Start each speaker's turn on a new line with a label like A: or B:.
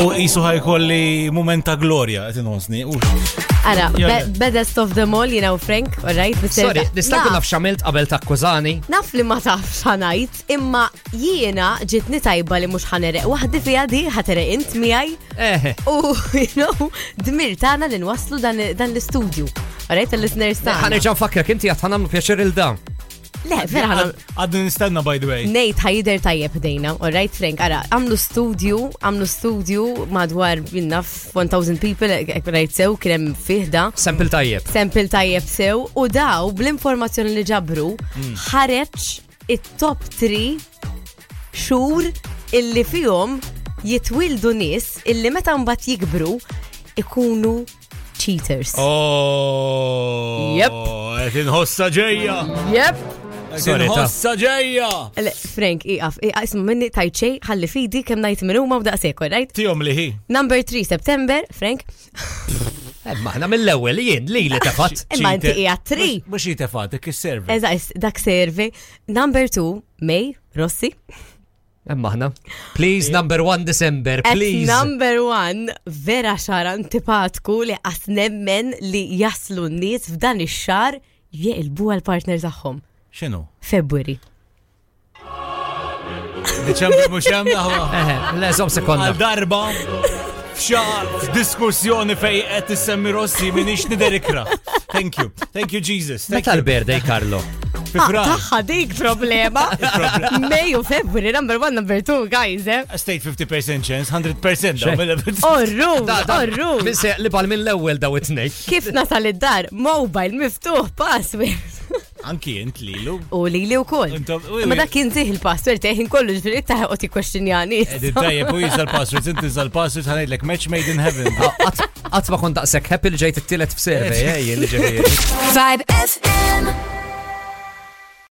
A: u jisu ħajkolli moment ta' glorja, għet nħosni.
B: Ara,
A: Yeah,
B: be- baddest of them all, jina u Frank, all right? Bisser-
C: Sorry, nista' kun
B: Naf-
C: naf xamilt qabel takkużani.
B: Naf li ma tafx ħanajt, imma jiena ġitni tajba li mux ħanereq. Waħdi fija di ħatereq int miħaj
C: Eh,
B: u, you know, dmir tana li nwaslu dan, dan l-studio. Għarajt l-listeners tana.
C: ħanerġa' nfakkrak inti qed ħanamlu pjaċir il dan.
B: Le, vera ħana.
A: Għaddu nistenna, by the way.
B: Nejt ħajider tajjeb dejna, all right Frank, ara, għamlu studio, għamlu studio madwar minna 1000 people, għarajt sew, kienem fiħda.
C: Sempil tajjeb.
B: Sempil tajjeb sew u daw bl-informazzjoni li ġabru ħareġ it-top 3 xhur illi fihom jitwildu nies illi meta mbagħad jikbru ikunu cheaters.
A: Oh,
B: Yep.
A: Għet nħossa ġeja.
B: Yep.
A: Għet
C: Sorry, ta.
A: nħossa ġeja.
B: Frank, iqaf, iqaf, isma minni tajt xej, ħalli fidi kem najt minn huma u daqsek, all right?
A: Tijom liħi.
B: Number 3 September, Frank,
C: Eh, Maħna mill-ewwel jien li li tafat.
B: imma inti hija Eh. 3.
A: Mux jitefat, dik serve
B: Eżajs, dak servi. Number 2, May, Rossi.
C: Eh, Maħna. Please number one December,
B: At
C: please.
B: number one, vera xar antipatku li għasnemmen li jaslu n-nis f'dan ix-xar jieqilbu għal-partner tagħhom.
A: Xinu?
B: Februari.
A: Deċembru mux jem daħwa.
C: Eh, le żomm sekonda.
A: għal darba f'xar f'diskussjoni fej qed issemmi Rossi minix niderikra. Thank you. Thank you Jesus. Thank
C: Meta
A: you.
C: l-birthday, Karlo?
A: Fi frar.
B: Ah, Taħħa dik problema. May u Februari, number one, number two, guys, eh?
A: State 50% chance, 100% daw
C: Xej.
A: mela-
B: Orru, orru.
C: Minse li bal minn l-ewwel daw it-tnej.
B: Kif nasal id-dar? Mobile, miftuħ, password.
A: Anki jent lilu.
B: U li li u koll.
A: Intom- wi-
B: Ma
A: wi.
B: dak jinżih il-password, teħin kollu ġveri taħħa u ti kwestjonjani.
A: Edin tajjeb u jisa l-passwords, inti jisa l-passwords, ħanajdlek match made in heaven.
C: Ah, Qatt ma kont daqshekk happy li ġejt it-tielet f'servej, eh, jien ġifieri.
D: Vibe FM.